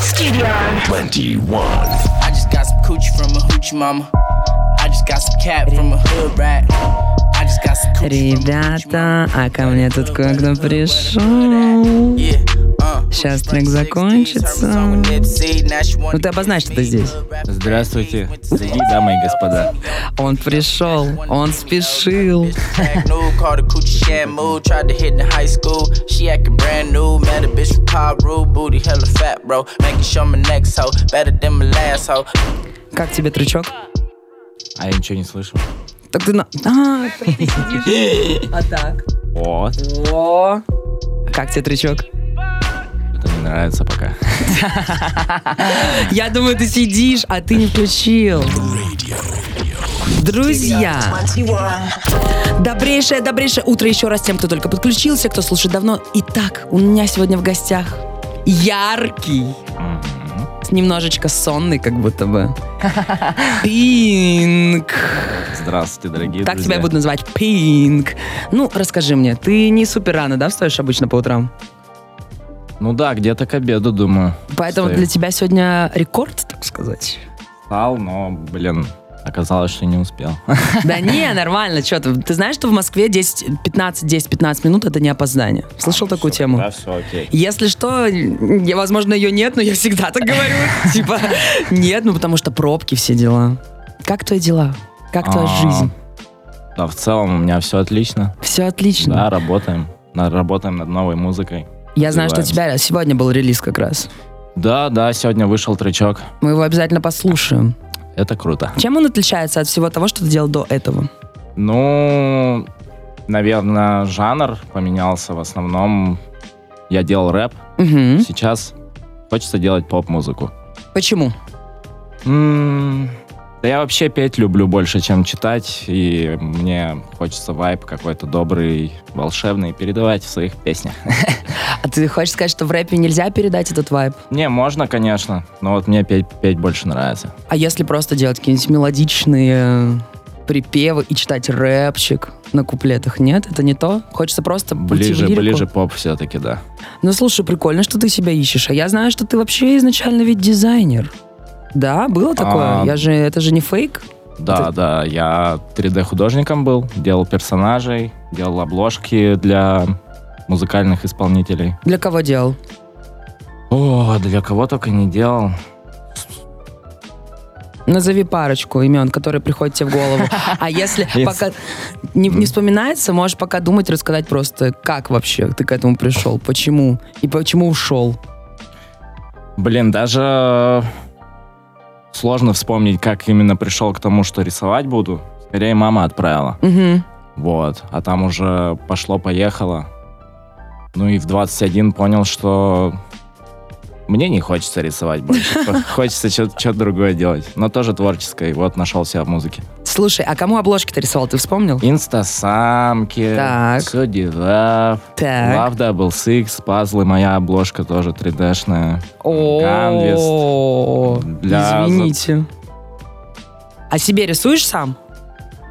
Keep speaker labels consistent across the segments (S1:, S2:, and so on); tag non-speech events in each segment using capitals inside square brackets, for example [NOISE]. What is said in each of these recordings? S1: Studio.
S2: 21.
S3: I just got some coochie from a hoochie mama. I just got some cat from a hood rat. I just got some coochie from a hoochie mama.
S4: Ребята, а ко мне тут кое-кто пришел.
S3: Yeah, uh,
S4: Сейчас
S3: hoochie from 16,
S4: трек закончится.
S3: her song with Nipsey, now she wanna
S4: Ну ты обозначь, что ты здесь.
S5: Здравствуйте, дорогие дамы и господа.
S4: Он пришел, он спешил.
S3: Act new, called a coochie shamu. Tried to hit in high school. She acting brand new. Met a bitch from Paru. Booty hella fat, bro. Making sure my next hoe better than my last hoe.
S4: Как тебе трючок?
S5: А я ничего не слышу.
S4: Так ты на... А, ты сидишь. А так.
S5: Вот,
S4: О. Как тебе трючок?
S5: это мне нравится пока.
S4: Я думаю, ты сидишь, а ты не включил. Друзья,
S1: 21.
S4: добрейшее, добрейшее утро еще раз тем, кто только подключился, кто слушает давно. Итак, у меня сегодня в гостях яркий, немножечко сонный как будто бы. Пинк.
S5: Здравствуйте, дорогие
S4: Так
S5: друзья.
S4: тебя я буду называть? Пинк. Ну, расскажи мне, ты не супер рано, да, встаешь обычно по утрам?
S5: Ну да, где-то к обеду, думаю.
S4: Поэтому
S5: Встаю.
S4: для тебя сегодня рекорд,
S5: [LAUGHS]
S4: так сказать.
S5: Встал, но, блин, оказалось, что не успел.
S4: Да не, нормально, что ты. Ты знаешь, что в Москве 10, 15, 10, 15 минут это не опоздание. Слышал такую тему?
S5: Да, все, окей.
S4: Если что, я, возможно, ее нет, но я всегда так говорю. [LAUGHS] Типа, нет, ну потому что пробки, все дела. Как твои дела? Как твоя
S5: А,
S4: жизнь?
S5: Да, в целом у меня все отлично.
S4: Все отлично.
S5: Да, работаем. На- Работаем над новой музыкой.
S4: я знаю, что у
S5: развиваемся.
S4: тебя сегодня был релиз как раз.
S5: Да, да, сегодня вышел тречок.
S4: Мы его обязательно послушаем.
S5: Это круто.
S4: Чем он отличается от всего того, что ты делал до этого?
S5: Ну, наверное, жанр поменялся. В основном я делал рэп.
S4: Мгм.
S5: Сейчас хочется делать поп-музыку.
S4: Почему?
S5: М, Да я вообще петь люблю больше, чем читать, и мне хочется вайб какой-то добрый, волшебный передавать в своих песнях.
S4: А ты хочешь сказать, что в рэпе нельзя передать этот вайб?
S5: Не, можно, конечно, но вот мне петь, петь больше нравится.
S4: А если просто делать какие-нибудь мелодичные э, припевы и читать рэпчик на куплетах, нет? Это не то? Хочется просто уйти в
S5: Ближе,
S4: лирику?
S5: ближе поп все-таки, да.
S4: Ну, слушай, прикольно, что ты себя ищешь. А я знаю, что ты вообще изначально ведь дизайнер. Да, было такое?
S5: А.
S4: Я же, это же не фейк?
S5: Да,
S4: Ты-
S5: да, я 3D-художником был, делал персонажей, делал обложки для музыкальных исполнителей.
S4: Для кого делал?
S5: О, для кого только не делал.
S4: Назови парочку имен, которые приходят тебе в голову.
S5: [LAUGHS]
S4: А если
S5: Нет.
S4: пока не, не вспоминается, можешь пока думать, рассказать просто, как вообще ты к этому пришел, почему и почему ушел.
S5: Блин, даже э, сложно вспомнить, как именно пришел к тому, что рисовать буду. Скорее, мама отправила.
S4: Мгм.
S5: Вот. А там уже пошло-поехало. Ну и в 21 понял, что мне не хочется рисовать
S4: [LAUGHS]
S5: больше. Хочется что-то другое делать. Но тоже творческое. И вот нашел себя в музыке.
S4: Слушай, а кому обложки ты рисовал, ты вспомнил?
S5: Инстасамки,
S4: Так.
S5: Судивав,
S4: Так.
S5: Love Double Six, пазлы, моя обложка тоже 3D-шная.
S4: О,
S5: Для-
S4: извините. А себе рисуешь сам?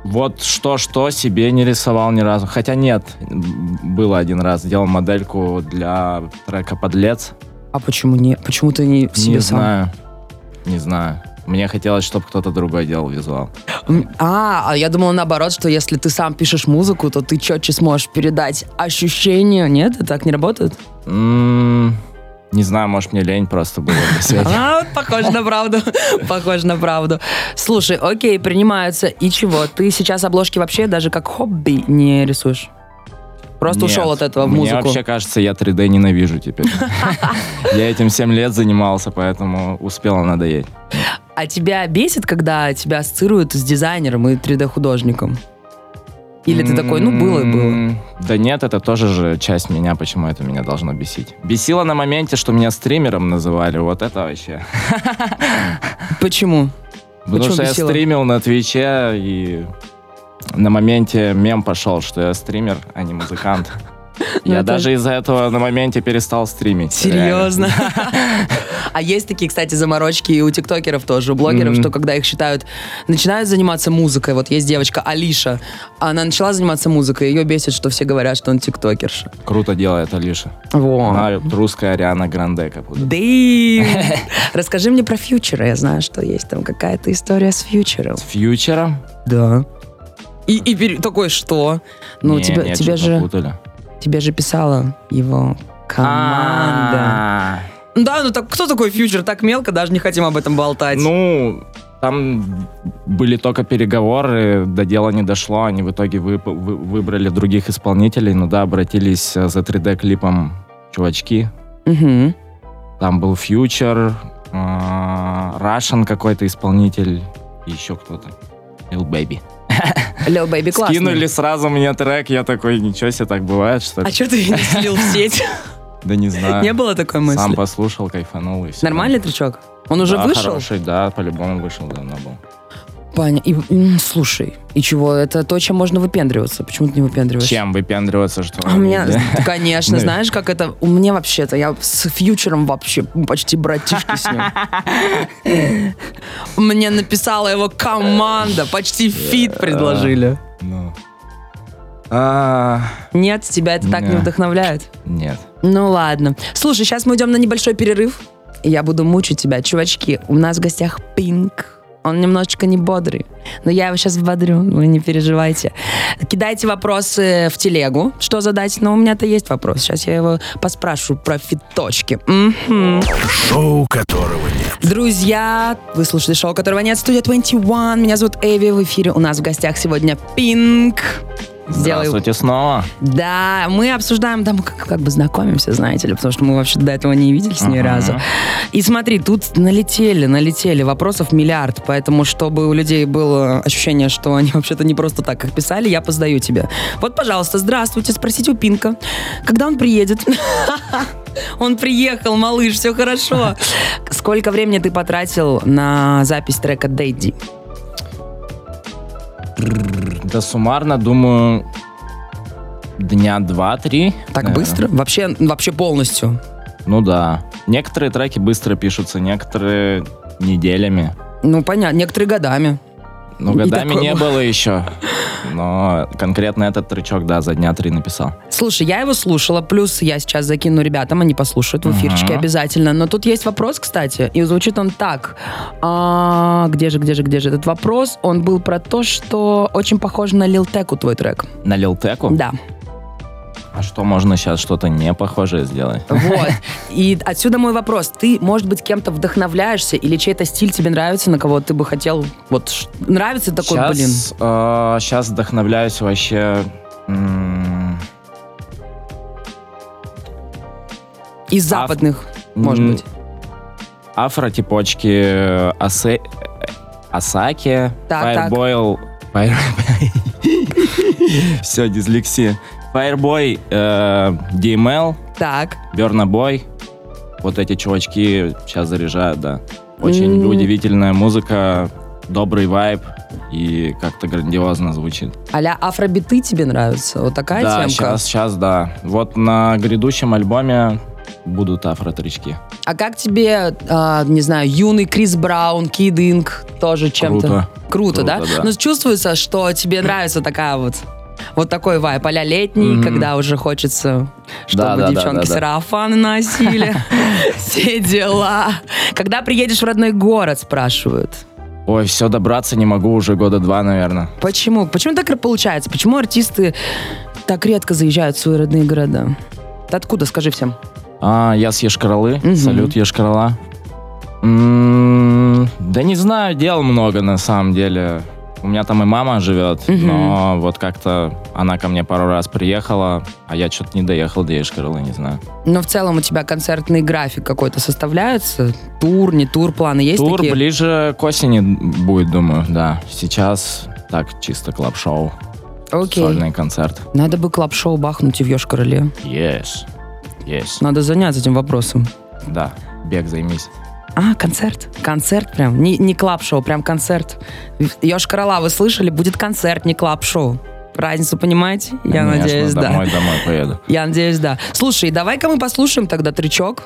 S5: Вот что-что себе не рисовал ни разу. Хотя нет, м, было один раз. Делал модельку для трека «Подлец».
S4: А почему не? Почему ты не себе
S5: не
S4: сам?
S5: знаю. Не знаю. Мне хотелось, чтобы кто-то другой делал визуал.
S4: М, А, а я думала наоборот, что если ты сам пишешь музыку, то ты четче сможешь передать ощущения. Нет, это так не работает?
S5: М, М-м, не знаю, может, мне лень просто было. на сегодня.
S4: А, вот похоже на правду. [LAUGHS] Похоже на правду. Слушай, окей, принимаются. И чего? Ты сейчас обложки вообще даже как хобби не рисуешь? Просто
S5: Нет,
S4: ушел от этого в
S5: Мне
S4: музыку.
S5: вообще кажется, я 3D ненавижу
S4: [LAUGHS]
S5: теперь. Я этим 7 лет занимался, поэтому успела надоеть.
S4: А тебя бесит, когда тебя ассоциируют с дизайнером и 3D-художником? Или ты такой, ну, было и было?
S5: М, Да нет, это тоже же часть меня, почему это меня должно бесить. Бесило на моменте, что меня стримером называли, вот это вообще.
S4: Почему? Почему
S5: Потому что я
S4: А бесило?
S5: стримил на Твиче, и на моменте мем пошел, что я стример, а не
S4: [LAUGHS]
S5: музыкант.
S4: Ну,
S5: Я
S4: это-
S5: даже из-за этого на моменте перестал стримить.
S4: Серьезно? [LAUGHS] А есть такие, кстати, заморочки и у тиктокеров тоже, у блогеров,
S5: Мгм.
S4: что когда их считают, начинают заниматься музыкой. Вот есть девочка Алиша, она начала заниматься музыкой, ее бесит, что все говорят, что он тиктокерша.
S5: Круто делает Алиша.
S4: Во.
S5: Она русская Ариана Гранде как будто.
S4: Дэйм. [LAUGHS] Расскажи мне про фьючера. Я знаю, что есть там какая-то история с фьючером.
S5: С фьючером?
S4: Да. И, и пере- такой, что? Ну,
S5: Не,
S4: тебе,
S5: нет,
S4: тебе,
S5: что-то
S4: же,
S5: путали.
S4: тебе же писала его команда.
S5: А,
S4: Ну Да, ну так кто такой фьючер? Так мелко, даже не хотим об этом болтать.
S5: Ну, там были только переговоры, до дела не дошло, они в итоге вып- вы- выбрали других исполнителей, но да, обратились э, за 3D-клипом чувачки.
S4: Мгм.
S5: Там был Фьючер, э, Рашен какой-то исполнитель, и еще кто-то. Lil Baby.
S4: Лил Бэйби классный.
S5: Скинули сразу мне трек, я такой, ничего себе, так бывает, что
S4: А
S5: ли?
S4: что ты не слил в сеть?
S5: [LAUGHS] Да не знаю.
S4: Не было такой
S5: Сам
S4: мысли?
S5: послушал, кайфанул и все.
S4: Нормальный трючок? Он уже
S5: Да,
S4: вышел?
S5: Хороший, да, по-любому вышел давно был.
S4: Паня, и, м, слушай, и чего? Это то, чем можно выпендриваться. Почему ты не выпендриваешься?
S5: Чем выпендриваться, что
S4: А У меня, [LAUGHS]
S5: Да.
S4: конечно,
S5: Ну и-
S4: знаешь, как это... У меня вообще-то, я с фьючером вообще
S5: [LAUGHS]
S4: почти братишки с ним. Мне написала его команда, почти фит предложили.
S5: Ну. А,
S4: Нет, тебя это так не
S5: Не.
S4: вдохновляет?
S5: Нет.
S4: Ну ладно. Слушай, сейчас мы идем на небольшой перерыв. И я буду мучить тебя. Чувачки, у нас в гостях Пинк. Он немножечко не бодрый. Но я его сейчас бодрю, вы не переживайте. Кидайте вопросы в телегу, что задать. Но у меня-то есть вопрос. Сейчас я его поспрашу про фиточки. Мгм.
S1: Шоу которого нет.
S4: Друзья, вы слушали шоу, которого нет. Студия 21. Меня зовут Эви. В эфире у нас в гостях сегодня Пинк. Сделаю
S5: Здравствуйте снова.
S4: да, мы обсуждаем, там как, как бы знакомимся, знаете ли, потому что мы вообще до этого не виделись ни
S5: Ага.
S4: разу. И смотри, тут налетели, налетели, вопросов миллиард, поэтому чтобы у людей было ощущение, что они вообще-то не просто так их писали, я поздаю тебе. Вот, пожалуйста, здравствуйте, спросите у Пинка, когда он приедет. [LAUGHS] Он приехал, малыш, все хорошо. Сколько времени ты потратил на запись трека Дэдди?
S5: Да суммарно, думаю, дня два-три.
S4: Так
S5: наверное.
S4: быстро? Вообще, вообще полностью?
S5: Ну да. Некоторые треки быстро пишутся, некоторые неделями.
S4: Ну, понятно, некоторые годами.
S5: Ну,
S4: Не
S5: годами
S4: такое
S5: не
S4: было.
S5: было еще. Но конкретно этот тречок, да, за дня три написал.
S4: Слушай, я его слушала, плюс я сейчас закину ребятам, они послушают в эфирчике
S5: Ага.
S4: обязательно. Но тут есть вопрос, кстати, и звучит он так. А, где же, где же, где же этот вопрос? Он был про то, что очень похож на Лил Теку твой трек.
S5: На Лил Теку?
S4: Да,
S5: А что можно сейчас что-то не похожее сделать?
S4: вот. И отсюда мой вопрос. Ты, может быть, кем-то вдохновляешься или чей-то стиль тебе нравится, на кого ты бы хотел... Вот ш- нравится такой, блин?
S5: сейчас, э, сейчас вдохновляюсь вообще... м,
S4: Из
S5: ав-
S4: западных, может
S5: м,
S4: быть.
S5: Афро-типочки э, Асе... э, Асаки,
S4: Так, так.
S5: Fireboy... [LAUGHS] Все, дислексия. Fireboy, э, DML,
S4: Так.
S5: Burna Boy. Вот эти чувачки сейчас заряжают, да. Очень
S4: М.
S5: удивительная музыка, добрый вайб и как-то грандиозно звучит.
S4: Аля афробиты тебе нравятся? Вот такая
S5: да,
S4: темка?
S5: сейчас, сейчас, да. Вот на грядущем альбоме будут афро-тречки.
S4: А как тебе, а, не знаю, юный Крис Браун, Кид Инк, тоже чем-то?
S5: Круто.
S4: Круто, да?
S5: Круто, да.
S4: Но чувствуется, что тебе нравится такая вот, вот такой вайп, а летний,
S5: Мгм.
S4: когда уже хочется, чтобы
S5: Да, да, да,
S4: девчонки
S5: да, да. [LAUGHS]
S4: сарафаны носили, все дела. Когда приедешь в родной город, спрашивают.
S5: Ой, все, добраться не могу уже года два, наверное.
S4: Почему? Почему так и получается? Почему артисты так редко заезжают в свои родные города? Ты откуда, скажи всем?
S5: А, я с Ешкаралы.
S4: Мгм.
S5: Салют, Ешкарала. М, Да не знаю, дел много на самом деле. У меня там и мама живет,
S4: Мгм.
S5: но вот как-то она ко мне пару раз приехала, а я что-то не доехал до Ешкаралы, не знаю.
S4: Но в целом у тебя концертный график какой-то составляется? Тур, не тур, планы есть
S5: Тур
S4: такие?
S5: ближе к осени будет, думаю, да. Сейчас так чисто клаб-шоу,
S4: Окей.
S5: сольный концерт.
S4: Надо бы клаб-шоу бахнуть и в Йошкар-Оле.
S5: Yes, yes,
S4: Надо заняться этим вопросом.
S5: да. Бег займись.
S4: А, концерт. Концерт прям. Не, не клаб-шоу, прям концерт. Йошкар-Ола, вы слышали? Будет концерт, не клаб-шоу. Разницу понимаете? Я
S5: Конечно,
S4: надеюсь, да.
S5: домой, домой поеду.
S4: Я надеюсь, да. Слушай, давай-ка мы послушаем тогда трючок.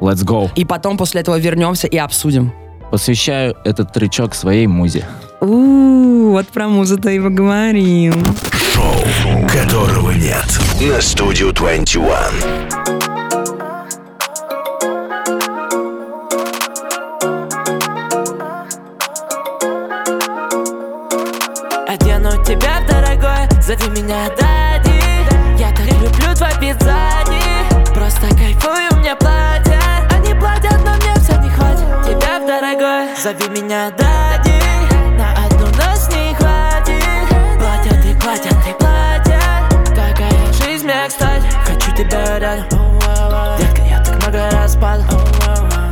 S5: Let's go.
S4: И потом после этого вернемся и обсудим.
S5: Посвящаю этот трючок своей музе.
S4: У, вот про музу-то и поговорим.
S1: Шоу, которого нет. На студию 21.
S2: Одену тебя, дорогой, зови меня Дади Я так люблю твой пиццани Просто кайфую, мне платят Они платят, но мне все не хватит Тебя, дорогой, зови меня Дади На одну ночь не хватит Платят и платят и платят Такая жизнь мне, кстати Хочу тебя рядом Детка, я так много раз падал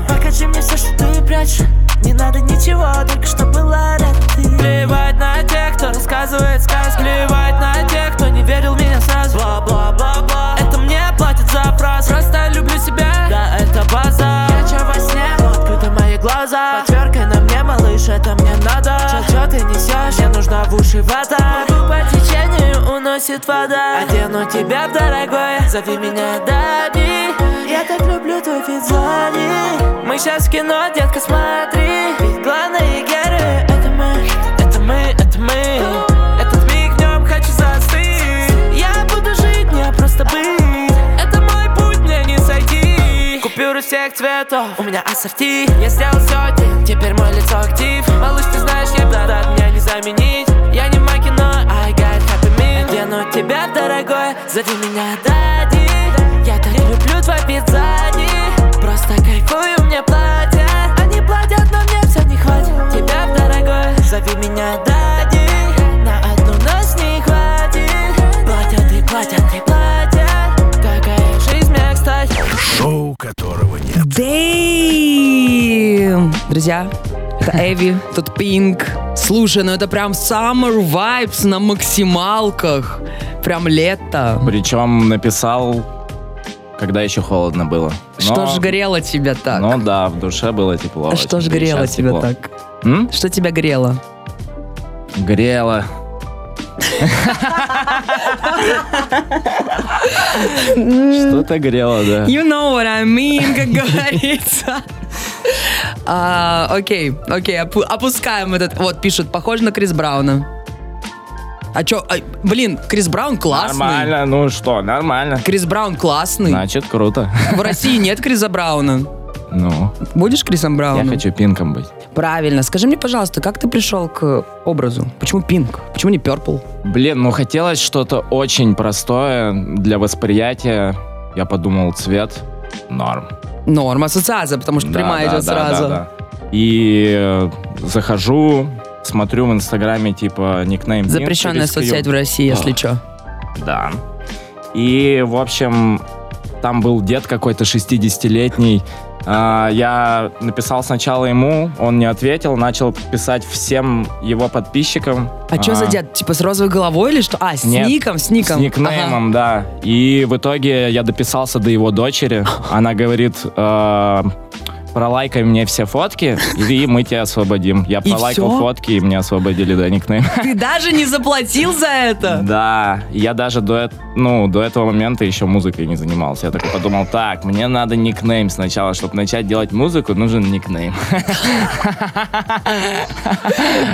S2: Покажи мне все, что ты прячешь Не надо ничего, только что была рядом ты. Плевать на тех, кто рассказывает сказки Плевать на тех, кто не верил в меня сразу Бла-бла-бла-бла Это мне платят за фраз Просто люблю себя, да это база Я чё во сне, но открыты мои глаза Подверкай на мне, малыш, это мне надо Чё, чё ты несешь, мне нужна в уши вода Плыву по течению, уносит вода Одену тебя, дорогой, зови меня Даби Я так люблю твой физоли Мы сейчас в кино, детка, смотри Ведь главные герои это мы, это мы, это мы Этот миг в нем хочу застыть Я буду жить, не просто быть Это мой путь, мне не сойти Купюры всех цветов, у меня ассорти Я сделал все теперь мой лицо актив Малыш, ты знаешь, я да меня не заменить Я не Макино, I got happy meal Одену тебя, дорогой, зови меня Дади Я так люблю твой пиццани Просто кайфую, мне платят Они платят, но мне все не хватит Тебя, дорогой, зови меня Дади На одну ночь не хватит Платят и платят и платят Такая жизнь мне, кстати
S1: Шоу, которого нет.
S4: Дэйм! Друзья,
S5: [LAUGHS]
S4: это Эви, тут Пинк. Слушай, ну это прям summer vibes на максималках. Прям лето.
S5: Причем написал, когда еще холодно было.
S4: Что
S5: Но-
S4: ж грело тебя так?
S5: Ну да, в душе было тепло.
S4: а что ж
S5: очень, да и
S4: грело
S5: щас
S4: тебя
S5: тепло.
S4: так?
S5: М?
S4: Что тебя грело?
S5: Грело. Что-то грело, да.
S4: You know what I
S5: [LAUGHS]
S4: mean, как говорится. А, Окей, окей, опу- опускаем этот. Вот пишут, похоже на Крис Брауна. А чё, а, блин, Крис Браун классный.
S5: Нормально, ну что, нормально.
S4: Крис Браун классный.
S5: Значит, круто.
S4: В России нет Криса Брауна.
S5: Ну,
S4: Будешь Крисом
S5: я
S4: Брауном?
S5: хочу пинком быть.
S4: Правильно. Скажи мне, пожалуйста, как ты пришел к образу? Почему пинг? Почему не перпл?
S5: Блин, ну хотелось что-то очень простое для восприятия. Я подумал, цвет норм.
S4: Норм, ассоциация, потому что
S5: Да,
S4: прямая
S5: да,
S4: идет
S5: да,
S4: сразу.
S5: да, да. И э, захожу, смотрю в Инстаграме, типа, никнейм Пинк,
S4: Запрещенная
S5: рискью.
S4: соцсеть в России, если
S5: Ах.
S4: что.
S5: Да. И, в общем, там был дед какой-то 60-летний. А, Я написал сначала ему, он не ответил, начал писать всем его подписчикам.
S4: А что за
S5: А,
S4: дед? Типа с розовой головой или что? А, с
S5: Нет,
S4: ником, с ником.
S5: С никнеймом, да. И в итоге я дописался до его дочери. Она говорит, э, пролайкай мне все фотки, и мы тебя освободим. Я
S4: И
S5: пролайкал
S4: всё?
S5: фотки, и мне освободили, да,
S4: [LAUGHS]
S5: никнейм.
S4: Ага. Ты даже не заплатил
S5: [LAUGHS]
S4: за это?
S5: Да, я даже до, эт- ну, до этого момента еще музыкой не занимался. Я такой подумал, так, мне надо никнейм сначала, чтобы начать делать музыку, нужен никнейм. [LAUGHS]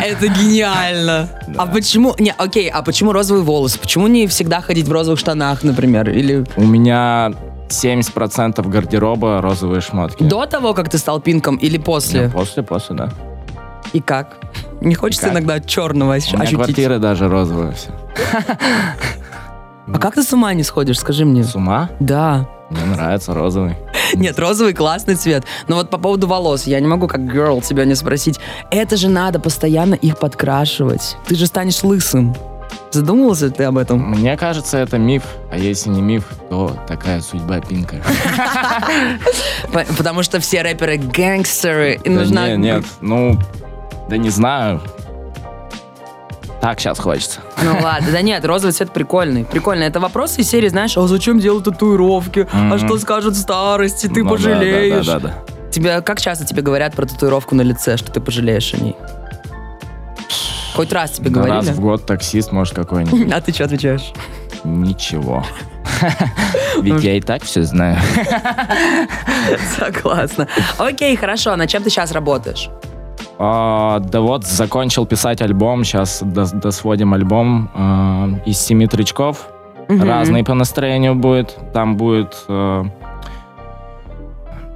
S4: Это гениально. А почему... Не, окей, а почему розовый волос? Почему не всегда ходить в розовых штанах, например? Или
S5: У меня 70% гардероба розовые шмотки.
S4: до того, как ты стал пинком, или после?
S5: Ну, После, после, да.
S4: И как? Не хочется
S5: как?
S4: иногда черного
S5: У меня
S4: ощутить?
S5: квартира даже розовая вся.
S4: А как ты с ума не сходишь, скажи мне?
S5: С ума?
S4: Да.
S5: Мне нравится розовый.
S4: Нет, розовый классный цвет. Но вот по поводу волос, я не могу как girl тебя не спросить. Это же надо постоянно их подкрашивать. Ты же станешь лысым. Задумывался ты об этом?
S5: Мне кажется, это миф. А если не миф, то такая судьба Пинка. [LAUGHS]
S4: По- Потому что все рэперы гангстеры. И
S5: Да
S4: нужна...
S5: не, нет, ну, да не знаю. Так сейчас хочется.
S4: [LAUGHS] Ну ладно, да нет, розовый цвет прикольный. Прикольно. Это вопросы из серии, знаешь, а зачем делать татуировки? А
S5: Мгм.
S4: что скажут в старости? Ты
S5: Ну да,
S4: пожалеешь.
S5: Да, да, да,
S4: Тебя, как часто тебе говорят про татуировку на лице, что ты пожалеешь о ней? Хоть раз тебе
S5: Да [LAUGHS]
S4: говорили? [LAUGHS]
S5: Раз в год таксист, может, какой-нибудь.
S4: А ты что отвечаешь?
S5: Ничего. [LAUGHS] Ведь я и так все знаю.
S4: Согласна. Окей, хорошо. На чем ты сейчас работаешь?
S5: А, Да вот, закончил писать альбом, сейчас досводим альбом а, из семи тречков.
S4: Мгм.
S5: Разный по настроению будет. Там будет э,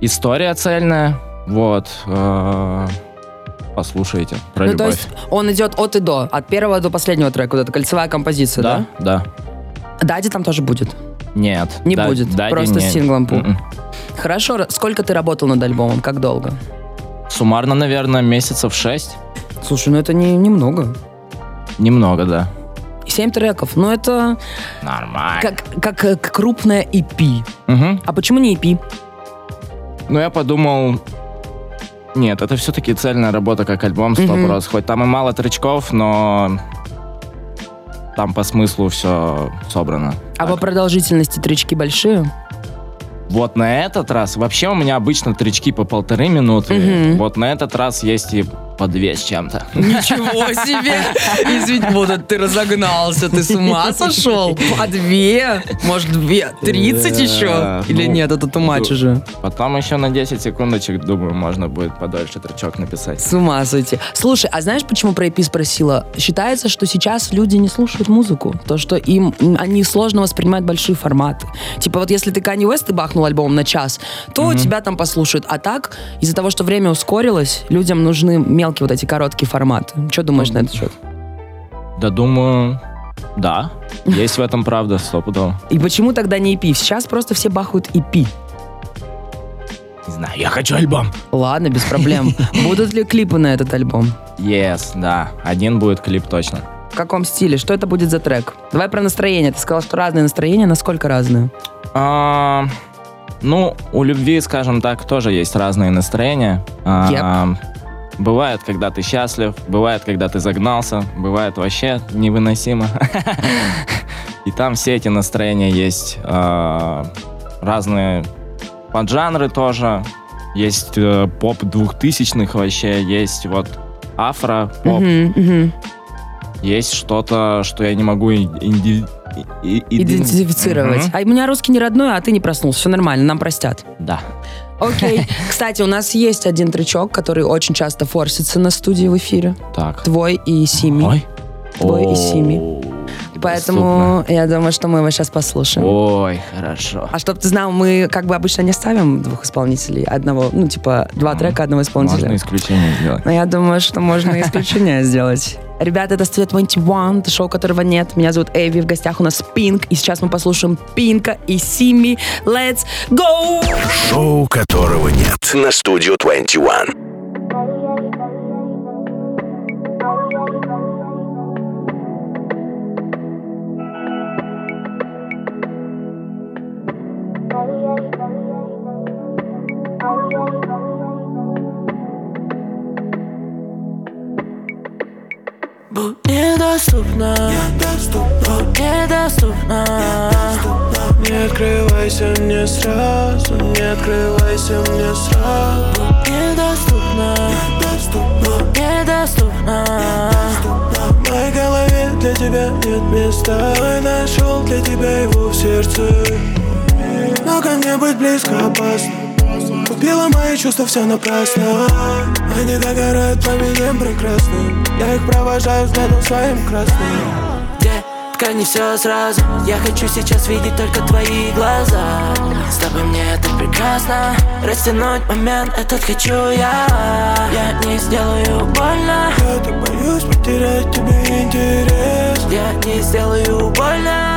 S5: история цельная. Вот. э, послушайте про
S4: Ну, то
S5: любовь.
S4: есть он идет от и до, от первого до последнего трека, вот эта кольцевая композиция, да?
S5: да? да?
S4: Дади там тоже будет.
S5: Нет.
S4: Не
S5: Да-
S4: будет,
S5: да, М-м.
S4: просто
S5: не-
S4: с синглом пу-
S5: Мгм.
S4: Хорошо, Р- сколько ты работал над альбомом, как долго?
S5: Суммарно, наверное, месяцев шесть.
S4: Слушай, ну это не немного.
S5: Немного, да.
S4: Семь треков, ну это
S5: Нормально.
S4: как, как э, крупная EP.
S5: Мгм.
S4: А почему не EP?
S5: Ну, я подумал... Нет, это все-таки цельная работа, как альбом, сто
S4: Мгм.
S5: раз. Хоть там и мало тречков, но там по смыслу все собрано.
S4: А
S5: Так.
S4: по продолжительности тречки большие?
S5: Вот на этот раз, вообще у меня обычно тречки по полторы минуты,
S4: Мгм.
S5: вот на этот раз есть и по две с [LAUGHS] чем-то.
S4: Ничего себе! Извини, вот это ты разогнался, ты с ума сошел? По две? Может, две? Тридцать
S5: Да,
S4: еще? Или
S5: ну,
S4: нет, это тумач
S5: ну,
S4: уже?
S5: Потом еще на 10 секундочек, думаю, можно будет подольше тречок написать.
S4: С ума сойти. Слушай, а знаешь, почему про EP спросила? Считается, что сейчас люди не слушают музыку. То, что им м, они сложно воспринимать большие форматы. Типа вот если ты Kanye West и бахнул альбом на час, то тебя там послушают. А так, из-за того, что время ускорилось, людям нужны мелкие вот эти короткие форматы. Что думаешь на этот счет?
S5: Да думаю, да, есть в этом правда, стопудово.
S4: И почему тогда не EP? Сейчас просто все бахают EP.
S5: Не знаю, я хочу альбом.
S4: Ладно,
S5: [LAUGHS]
S4: без проблем. Будут ли клипы на этот альбом?
S5: Yes, да, один будет клип точно.
S4: В каком стиле? Что это будет за трек? Давай про настроение. Ты сказал, что разные настроения. Насколько разные?
S5: А, ну, у любви, скажем так, тоже есть разные настроения. А, Бывает, когда ты счастлив, бывает, когда ты загнался, бывает вообще невыносимо. [LAUGHS] И там все эти настроения есть. а, Разные поджанры тоже. Есть э, поп двухтысячных вообще, есть вот афро-поп,
S4: Мгм, мгм.
S5: есть что-то, что я не могу и- инди- и- и-
S4: идентифицировать.
S5: Мгм.
S4: А у меня русский не родной, а ты не проснулся. Все нормально, нам простят.
S5: Да.
S4: Окей. [LAUGHS] Кстати, у нас есть один трючок, который очень часто форсится на студии в эфире.
S5: Так.
S4: Твой и Сими.
S5: Ой.
S4: Твой и Сими.
S5: О,
S4: Поэтому я думаю, что мы его сейчас
S5: доступно.
S4: послушаем.
S5: Ой, хорошо.
S4: А чтоб ты знал, мы как бы обычно не ставим двух исполнителей, одного, ну типа два
S5: Мгм.
S4: трека одного исполнителя.
S5: Можно исключение сделать.
S4: Но я думаю, что можно [LAUGHS] исключение сделать. Ребята, это Studio 21, это шоу, которого нет. Меня зовут Эви, в гостях у нас Пинк, и сейчас мы послушаем Пинка и Сими. Let's go!
S1: Шоу, которого нет. На студию 21.
S2: Будь недоступна, будь недоступна
S6: Не открывайся мне сразу, не открывайся мне сразу.
S2: Будь недоступна, будь недоступна
S6: В моей голове для тебя нет места. Я нашел для тебя его в сердце. Но ко мне быть близко опасно. Убила мои чувства все напрасно Они догорают пламенем прекрасным Я их провожаю взглядом своим красным
S2: Где ткани все сразу Я хочу сейчас видеть только твои глаза С тобой мне это прекрасно Растянуть момент этот хочу я Я не сделаю больно
S6: Я так боюсь потерять тебе интерес
S2: Я не сделаю больно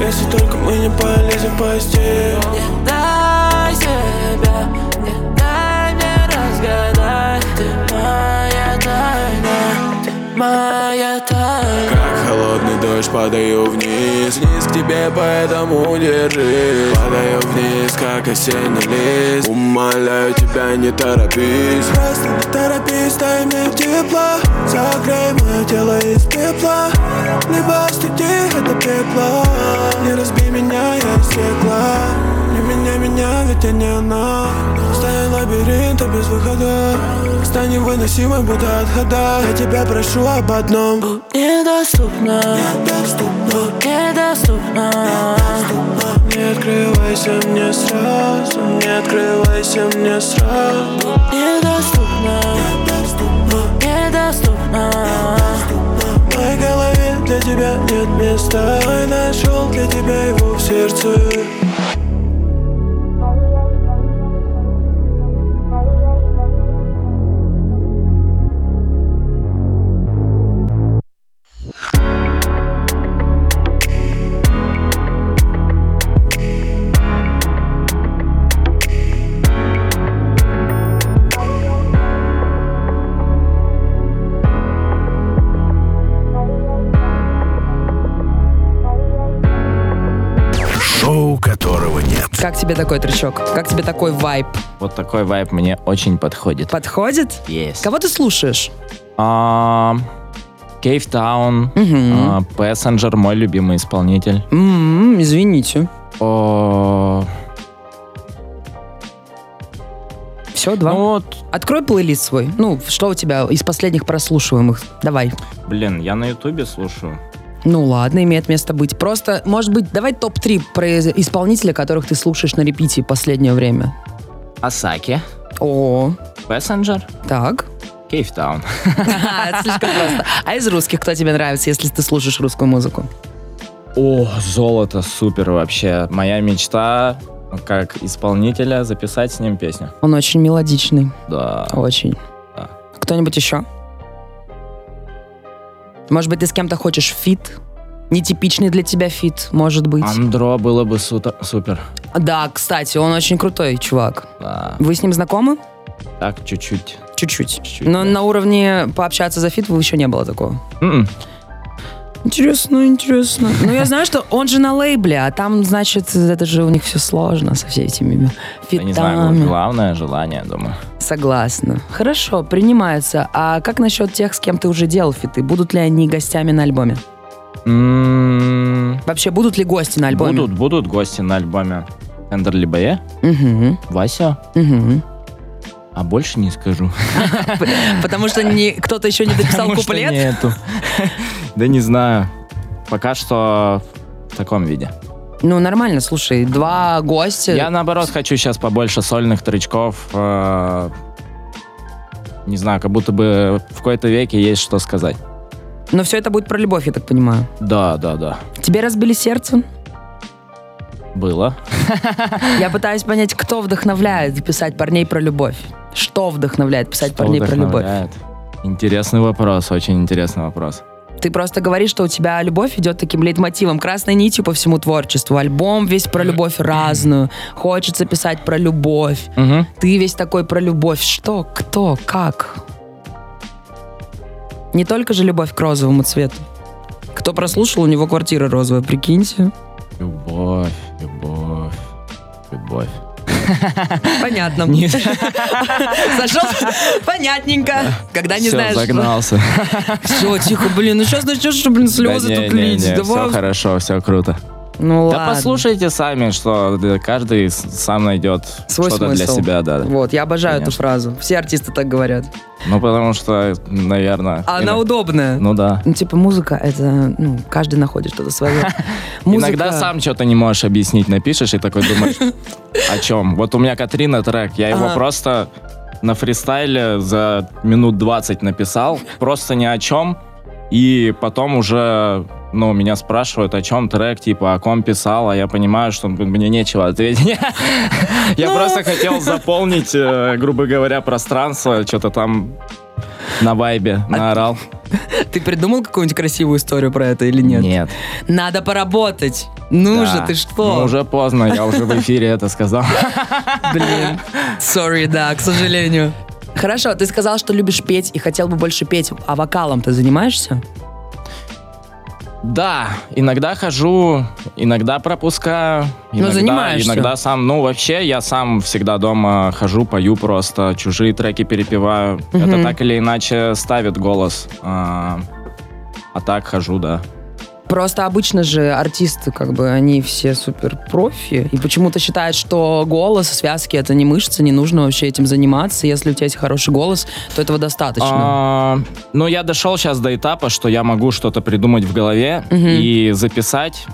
S6: Если только мы не полезем в постель
S2: Не дай себя, не дай мне разгадать Ты моя тайна, ты моя тайна
S6: Как холодный дождь падаю вниз Вниз к тебе, поэтому держись Падаю вниз, как осенний лист Умоляю тебя, не торопись Просто не торопись, дай мне тепла Согрей мое тело из пепла Либо остуди это пекло Не разби меня, я из стекла Не меня, меня, ведь я не она Стою лабиринта без а выхода Стань невыносимой, будто отхода Я тебя прошу об одном
S2: Будь недоступна Будь недоступна
S6: Не открывайся мне сразу Не открывайся мне сразу
S2: Недоступна Будь недоступна
S6: В моей голове для тебя нет места Я нашел для тебя его в сердце
S1: Шоу, которого нет.
S4: Как тебе такой трючок? Как тебе такой вайб?
S5: Вот такой вайп мне очень подходит.
S4: Подходит?
S5: Есть. А,
S4: Кого ты слушаешь?
S5: Кейфтаун, Пессенджер, А, мой любимый исполнитель.
S4: М, М-м, извините.
S5: О,
S4: Все, два.
S5: Ну вот,
S4: Открой плейлист свой. Ну, что у тебя из последних прослушиваемых? Давай.
S5: блин, я на ютубе слушаю.
S4: Ну ладно, имеет место быть. Просто, может быть, давай топ-3 про исполнителя, которых ты слушаешь на репите последнее время.
S5: Асаки,
S4: О,
S5: Пессенджер,
S4: так.
S5: Кейфтаун.
S4: Это слишком просто. А из русских кто тебе нравится, если ты слушаешь русскую музыку?
S5: О, золото, супер вообще. Моя мечта как исполнителя записать с ним песню.
S4: Он очень мелодичный.
S5: Да.
S4: Очень.
S5: Да.
S4: Кто-нибудь еще? Может быть, ты с кем-то хочешь фит? Нетипичный для тебя фит, может быть.
S5: Андро было бы сутер- супер.
S4: Да, кстати, он очень крутой чувак.
S5: Да.
S4: Вы с ним знакомы?
S5: Так, чуть-чуть.
S4: Чуть-чуть.
S5: Чуть-чуть,
S4: Но
S5: да.
S4: на уровне пообщаться за фит вы еще не было такого.
S5: М-м.
S4: Интересно, интересно. Ну, я знаю, что он же на лейбле, а там, значит, это же у них все сложно со всеми этими
S5: Я не знаю, гла-
S4: фитами.
S5: главное желание, думаю.
S4: Согласна. Хорошо, принимается. А как насчет тех, с кем ты уже делал фиты? Будут ли они гостями на альбоме?
S5: М,
S4: Вообще, будут ли гости на альбоме?
S5: М-м, Будут, будут гости на альбоме. Эндер Либае,
S4: Мгм,
S5: Вася,
S4: мгм.
S5: а больше не
S4: [LAUGHS]
S5: скажу.
S4: Потому что не- кто-то еще
S5: [LAUGHS]
S4: не дописал
S5: Потому что
S4: куплет.
S5: нету. [LAUGHS] Да не знаю. Пока что в таком виде.
S4: Ну, нормально, слушай, два гостя.
S5: Я наоборот хочу сейчас побольше сольных тречков. э, Не знаю, как будто бы в какой-то веке есть что сказать.
S4: Но все это будет про любовь, я так понимаю.
S5: Да, да, да.
S4: Тебе разбили сердце?
S5: Было.
S4: Я пытаюсь понять, кто вдохновляет писать парней про любовь. Что вдохновляет писать
S5: Что
S4: парней про любовь?
S5: вдохновляет? Интересный вопрос, очень интересный вопрос.
S4: Ты просто говоришь, что у тебя любовь идет таким лейтмотивом, красной нитью по всему творчеству. Альбом весь про любовь разную. Хочется писать про любовь.
S5: Мгм.
S4: Ты весь такой про любовь. Что, кто, как? Не только же любовь к розовому цвету. Кто прослушал, у него квартира розовая, прикиньте.
S5: Любовь, любовь, любовь.
S4: Понятно.
S5: Не-
S4: Сошел? Понятненько. Когда не
S5: Всё,
S4: знаешь...
S5: загнался.
S4: Все, тихо, блин, ну сейчас начнешь, блин, [LAUGHS] слезы
S5: Да не,
S4: тут
S5: не,
S4: лить.
S5: не,
S4: Давай.
S5: Все хорошо, все круто.
S4: Ну ладно.
S5: Да послушайте сами, что да, каждый с- сам найдет
S4: Свой
S5: что-то для
S4: смысл.
S5: себя, да.
S4: Вот, я обожаю эту
S5: Конечно.
S4: фразу. Все артисты так говорят.
S5: Ну потому что, наверное.
S4: А она удобная.
S5: Ну да.
S4: Ну, типа, музыка — это... Ну, каждый находит что-то свое.
S5: [LAUGHS]
S4: Музыка...
S5: Иногда сам что-то не можешь объяснить, напишешь и такой
S4: [LAUGHS]
S5: думаешь, о чем? Вот у меня Катрина трек, я его
S4: Ага.
S5: просто на фристайле за минут 20 написал, просто ни о чем, и потом уже, ну, меня спрашивают, о чем трек, типа, о ком писал, а я понимаю, что мне нечего ответить. [LAUGHS]
S4: Ну.
S5: Я просто хотел заполнить, э, грубо говоря, пространство, что-то там на вайбе
S4: А
S5: наорал.
S4: Ты придумал какую-нибудь красивую историю про это или нет?
S5: Нет.
S4: Надо поработать. Ну
S5: Да.
S4: же, ты что?
S5: Ну, уже поздно, я уже в эфире это сказал.
S4: Блин. [LAUGHS] Sorry, да, к сожалению. Хорошо, ты сказал, что любишь петь и хотел бы больше петь. А вокалом ты занимаешься?
S5: Да, иногда хожу, иногда пропускаю. иногда-
S4: занимаешься.
S5: Иногда сам, ну вообще я сам всегда дома хожу, пою просто, чужие треки перепеваю. Это так или иначе ставит голос. А, а так хожу, да.
S4: Просто обычно же артисты, как бы, они все супер профи. И почему-то считают, что голос, связки — это не мышцы, не нужно вообще этим заниматься. Если у тебя есть хороший голос, то этого достаточно.
S5: А, Ну, я дошел сейчас до этапа, что я могу что-то придумать в голове
S4: Мгм.
S5: и записать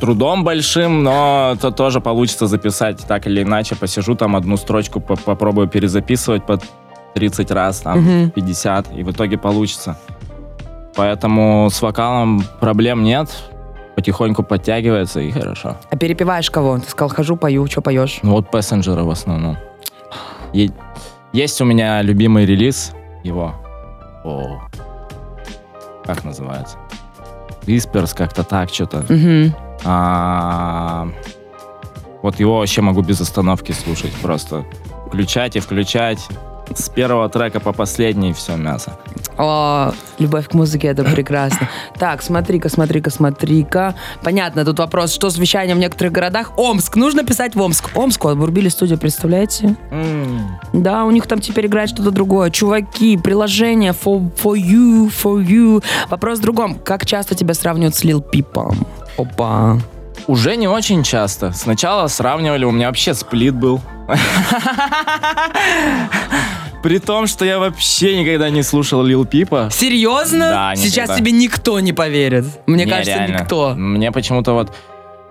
S5: трудом большим, но это тоже получится записать так или иначе. Посижу там одну строчку, по- попробую перезаписывать по 30 раз, там,
S4: Мгм.
S5: 50, и в итоге получится. Поэтому с вокалом проблем нет, потихоньку подтягивается и хорошо.
S4: А перепеваешь кого? Ты сказал, хожу, пою, что поешь?
S5: Ну вот пассенджеры в основном. Е- Есть у меня любимый релиз его. О. Как называется? Висперс как-то так что-то.
S4: Мгм.
S5: А, Вот его вообще могу без остановки слушать. Просто включать и включать. С первого трека по последний все мясо.
S4: О, А, любовь к музыке это прекрасно. Так, смотри-ка, смотри-ка, смотри-ка. Понятно, тут вопрос, что с вещанием в некоторых городах? Омск, нужно писать в Омск. Омск, вот Бурбили студия, представляете? Да, у них там теперь играет что-то другое. Чуваки, приложение for, for you, for you. Вопрос в другом. Как часто тебя сравнивают с Лил Пипом? Опа.
S5: Уже не очень часто. Сначала сравнивали, у меня вообще сплит был. При том, что я вообще никогда не слушал Лил Пипа.
S4: Серьезно?
S5: Да, никогда.
S4: Сейчас тебе никто не поверит. Мне
S5: Не,
S4: кажется,
S5: реально.
S4: никто.
S5: Мне почему-то вот...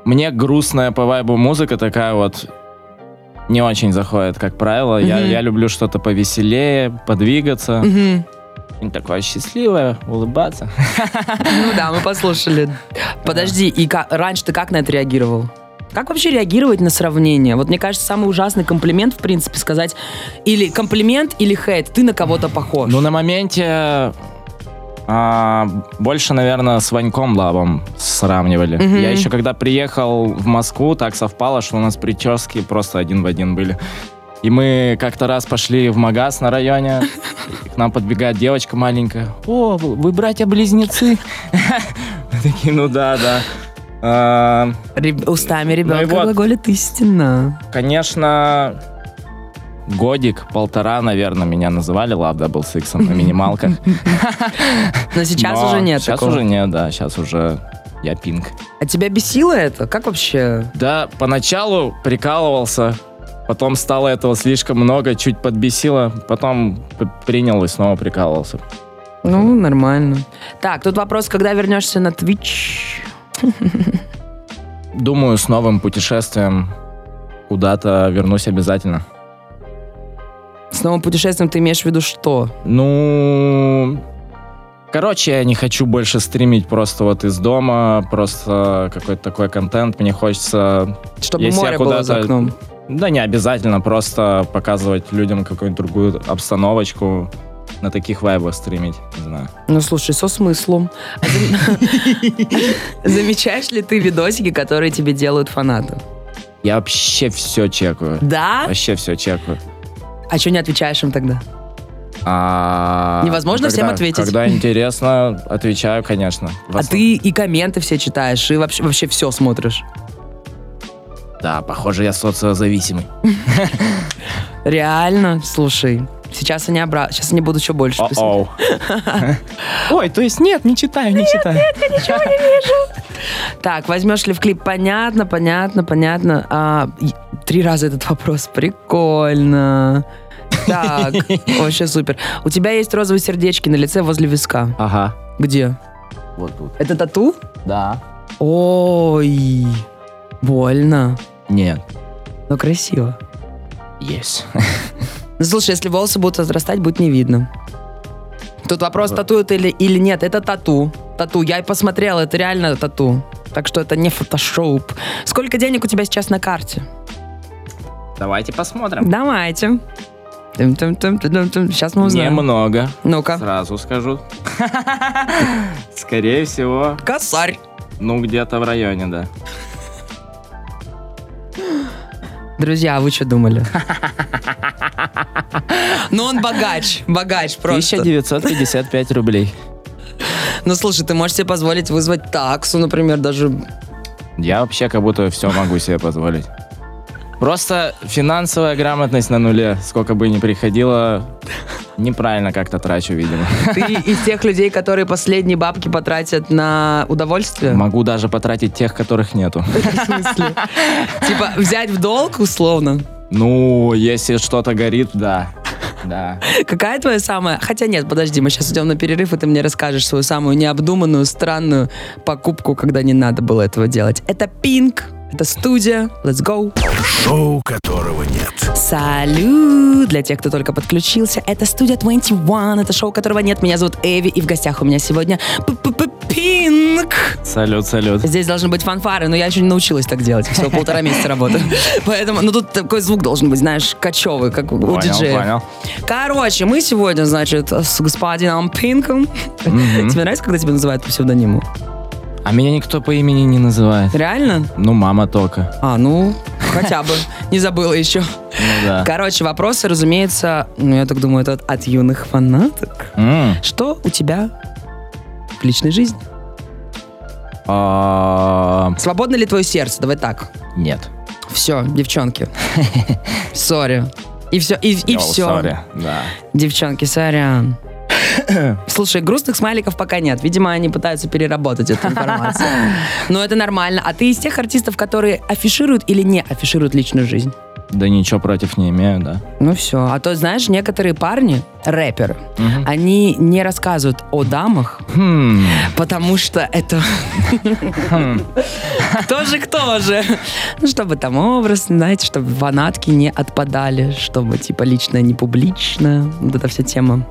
S5: Мне грустная по вайбу музыка такая вот не очень заходит, как правило. Я,
S4: Мгм.
S5: я люблю что-то повеселее, подвигаться.
S4: Мгм.
S5: Не Такое счастливое, улыбаться.
S4: Ну да, мы послушали. Подожди, и ка- раньше ты как на это реагировал? Как вообще реагировать на сравнение? Вот мне кажется, самый ужасный комплимент, в принципе, сказать или комплимент, или хейт. Ты на кого-то похож.
S5: Ну, на моменте а, больше, наверное, с Ваньком Лабом сравнивали.
S4: Мгм.
S5: Я еще когда приехал в Москву, так совпало, что у нас прически просто один в один были. И мы как-то раз пошли в магаз на районе, и к нам подбегает девочка маленькая. «О, вы братья-близнецы?» [LAUGHS] Мы Такие, ну да, да. А,
S4: Реб- Устами
S5: Ну
S4: ребенка
S5: и вот.
S4: глаголит истина.
S5: Конечно, годик, полтора, наверное, меня называли. Лаб был сиксом на минималках.
S4: Но сейчас
S5: Но
S4: уже нет
S5: Сейчас
S4: такого.
S5: уже нет, да, сейчас уже я пинг.
S4: А тебя бесило это? Как вообще?
S5: Да, поначалу прикалывался, потом стало этого слишком много, чуть подбесило, потом п- принял и снова прикалывался.
S4: Ну, нормально. Так, тут вопрос, когда вернешься на Twitch?
S5: Думаю, с новым путешествием куда-то вернусь обязательно.
S4: С новым путешествием ты имеешь в виду что?
S5: Ну... Короче, я не хочу больше стримить просто вот из дома, просто какой-то такой контент. Мне хочется
S4: Чтобы
S5: Если я
S4: море было за
S5: куда-то-
S4: окном.
S5: Да не обязательно, просто показывать людям какую-нибудь другую обстановочку, на таких вайбах стримить, не знаю.
S4: Ну, слушай, со смыслом.
S5: [LAUGHS]
S4: А зам- [LAUGHS] Замечаешь ли ты видосики, которые тебе делают фанаты?
S5: Я вообще все чекаю.
S4: Да?
S5: Вообще все чекаю.
S4: А что не отвечаешь им тогда?
S5: А
S4: Невозможно всем
S5: когда-
S4: ответить.
S5: Когда интересно, отвечаю, конечно. В
S4: А
S5: основ-
S4: ты и комменты все читаешь, и вообще, вообще все смотришь.
S5: Да, похоже, я социозависимый.
S4: Реально? Слушай, сейчас они, обра... сейчас они будут еще больше писать.
S5: О-оу. Ой, то есть нет, не читаю, не читаю.
S4: Так, возьмешь ли в клип? Понятно, понятно, понятно. А, и- три раза этот вопрос. Прикольно. [LAUGHS] Так, вообще супер. У тебя есть розовые сердечки на лице возле виска.
S5: Ага.
S4: Где?
S5: Вот тут.
S4: Это тату?
S5: Да.
S4: Ой, больно,
S5: Нет.
S4: но красиво.
S5: Есть.
S4: Ну, слушай, если волосы будут отрастать, будет не видно. Тут вопрос,
S5: Да.
S4: тату это или, или нет. Это тату. Тату. Я и посмотрела, это реально тату. Так что это не фотошоп. Сколько денег у тебя сейчас на карте?
S5: Давайте посмотрим.
S4: Давайте. Сейчас
S5: Ну,
S4: мы узнаем.
S5: Немного.
S4: Ну-ка.
S5: Сразу скажу. [LAUGHS] Скорее всего,
S4: Косарь.
S5: ну где-то в районе, да.
S4: Друзья, а вы что думали? Ну, он богач, богач просто.
S5: 1955 рублей.
S4: Ну, слушай, ты можешь себе позволить вызвать таксу, например, даже
S5: Я вообще как будто все могу себе позволить. Просто финансовая грамотность на нуле, сколько бы ни приходило, неправильно как-то трачу, видимо.
S4: Ты из тех людей, которые последние бабки потратят на удовольствие?
S5: Могу даже потратить тех, которых нету.
S4: В смысле? Типа взять в долг, условно.
S5: Ну, если что-то горит, да. Да.
S4: Какая твоя самая... Хотя нет, подожди, мы сейчас идем на перерыв, и ты мне расскажешь свою самую необдуманную, странную покупку, когда не надо было этого делать. Это Пинк, это студия. Let's go.
S1: Шоу, которого нет.
S4: Салют! Для тех, кто только подключился, это студия 21, это шоу, которого нет. Меня зовут Эви, и в гостях у меня сегодня П-п-п- Пинк.
S5: Салют, салют.
S4: Здесь должны быть фанфары, но я еще не научилась так делать. Всего полтора месяца работаю. Поэтому, ну тут такой звук должен быть, знаешь, кочевый, как у
S5: Понял,
S4: диджея.
S5: понял.
S4: Короче, мы сегодня, значит, с господином Пинком.
S5: Мгм.
S4: Тебе нравится, когда тебя называют по псевдониму?
S5: А меня никто по имени не называет.
S4: Реально?
S5: Ну, мама только.
S4: А, ну, хотя бы. Не забыла еще.
S5: Ну да.
S4: Короче, вопросы, разумеется, ну, я так думаю, это от, от юных фанаток.
S5: М.
S4: Что у тебя в личной жизни?
S5: А,
S4: Свободно ли твое сердце? Давай так.
S5: Нет.
S4: Все, девчонки. [LAUGHS] Сори. И все, и, и
S5: Yo,
S4: все.
S5: sorry. Да.
S4: Девчонки, сорян. Слушай, грустных смайликов пока нет. Видимо, они пытаются переработать эту информацию. Но это нормально. А ты из тех артистов, которые афишируют или не афишируют личную жизнь?
S5: Да ничего против не имею, да.
S4: Ну все. А то, знаешь, некоторые парни, рэперы,
S5: Мгм.
S4: они не рассказывают о дамах,
S5: Хм.
S4: потому что это... [LAUGHS] Кто же, кто же? Ну, чтобы там образ, знаете, чтобы фанатки не отпадали, чтобы, типа, личное не публично. Вот эта вся тема.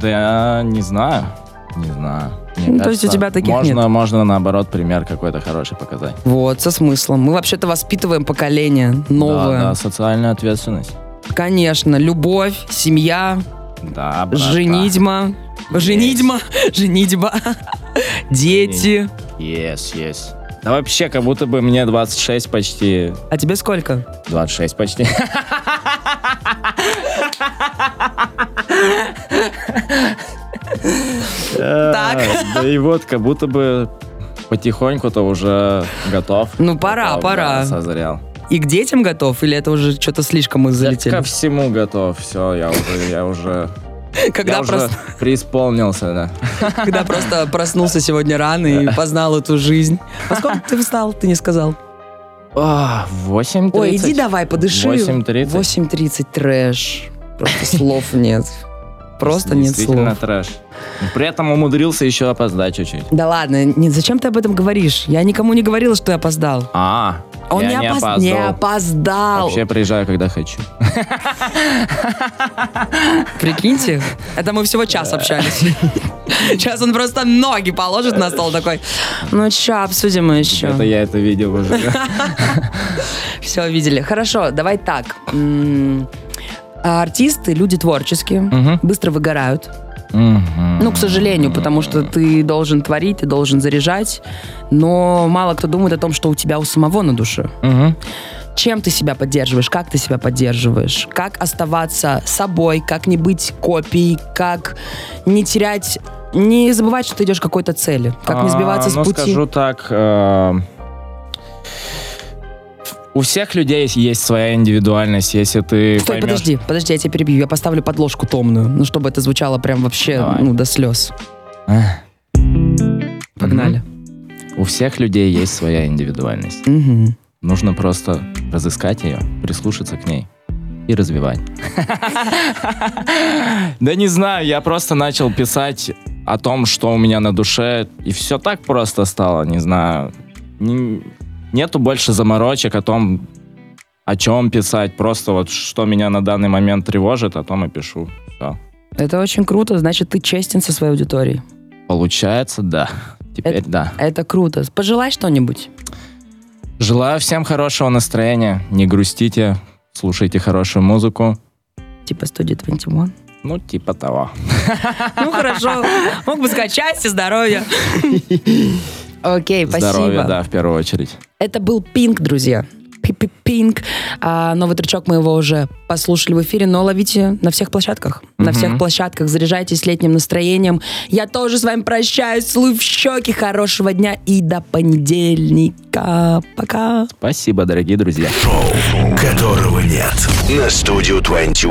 S5: Да, не знаю. Не знаю. Мне
S4: Ну, то есть у
S5: кажется,
S4: тебя таких
S5: можно,
S4: нет?
S5: Можно, наоборот, пример какой-то хороший показать.
S4: Вот, со смыслом. Мы вообще-то воспитываем поколение новое.
S5: Да, да, социальная ответственность.
S4: Конечно, любовь, семья,
S5: Да, брат,
S4: женитьма. Женитьма, женитьба, [LAUGHS] дети.
S5: да. Yes, yes. Да вообще, как будто бы мне 26 почти.
S4: А тебе сколько?
S5: 26 почти.
S4: [LAUGHS] Так.
S5: Э, Да и вот, как будто бы потихоньку-то уже готов.
S4: Ну, пора,
S5: Готов,
S4: пора.
S5: да, Созрел.
S4: И к детям готов? Или это уже что-то слишком мы
S5: Я
S4: залетели?
S5: ко всему готов, все, я уже, я уже,
S4: Когда
S5: я уже
S4: просто, [LAUGHS]
S5: преисполнился, да.
S4: когда просто проснулся сегодня рано и познал эту жизнь. А сколько ты встал, ты не сказал?
S5: А, 8.30.
S4: Ой, иди давай, подыши.
S5: 8.30.
S4: 8.30 трэш. Просто слов нет. Просто нет
S5: Действительно
S4: слов.
S5: трэш. Но При этом умудрился еще опоздать чуть-чуть.
S4: Да ладно, не, зачем ты об этом говоришь? Я никому не говорила, что я опоздал.
S5: А,
S4: Он
S5: я
S4: не,
S5: не
S4: опоз-
S5: опоздал.
S4: не опоздал.
S5: Вообще приезжаю, когда хочу.
S4: Прикиньте, это мы всего
S5: [LAUGHS]
S4: час общались. Сейчас он просто ноги положит на стол такой. Ну чё, обсудим еще.
S5: Это я это видел уже.
S4: [LAUGHS] Все видели. Хорошо, давай так. М, а Артисты, люди творческие,
S5: Мгм.
S4: быстро выгорают.
S5: Мгм.
S4: Ну, к сожалению, потому что ты должен творить, ты должен заряжать, но мало кто думает о том, что у тебя у самого на душе.
S5: Мгм.
S4: Чем ты себя поддерживаешь, как ты себя поддерживаешь, как оставаться собой, как не быть копией, как не терять, не забывать, что ты идешь к какой-то цели, как не сбиваться
S5: А, ну,
S4: с пути.
S5: скажу так, э, у всех людей есть- есть своя индивидуальность, если ты
S4: Стой,
S5: поймешь-
S4: подожди, подожди, я тебя перебью. Я поставлю подложку томную, ну, чтобы это звучало прям вообще,
S5: Давай.
S4: ну, до слез. А.
S5: Эх.
S4: Погнали.
S5: У всех людей есть своя индивидуальность.
S4: Мгм.
S5: Нужно просто разыскать ее, прислушаться к ней и развивать. [LAUGHS] Да не знаю, я просто начал писать о том, что у меня на душе, и все так просто стало, не знаю. Не- Нету больше заморочек о том, о чем писать, просто вот что меня на данный момент тревожит, о том и пишу. Всё.
S4: Это очень круто, значит, ты честен со своей аудиторией.
S5: Получается, да. Теперь
S4: Это-
S5: да.
S4: Это круто. Пожелай что-нибудь.
S5: Желаю всем хорошего настроения, не грустите, слушайте хорошую музыку.
S4: Типа студия 21.
S5: Ну, типа того.
S4: Ну хорошо, мог бы сказать счастья, [LAUGHS] здоровья. Окей,
S5: Здоровья,
S4: спасибо.
S5: да, в первую очередь.
S4: Это был Пинк, друзья. Пинк. А, новый тречок мы его уже послушали в эфире, но ловите на всех площадках. На всех площадках. Заряжайтесь летним настроением. Я тоже с вами прощаюсь. Целую в щеки. Хорошего дня и до понедельника. Пока.
S5: Спасибо, дорогие друзья.
S1: которого нет. На студию 21.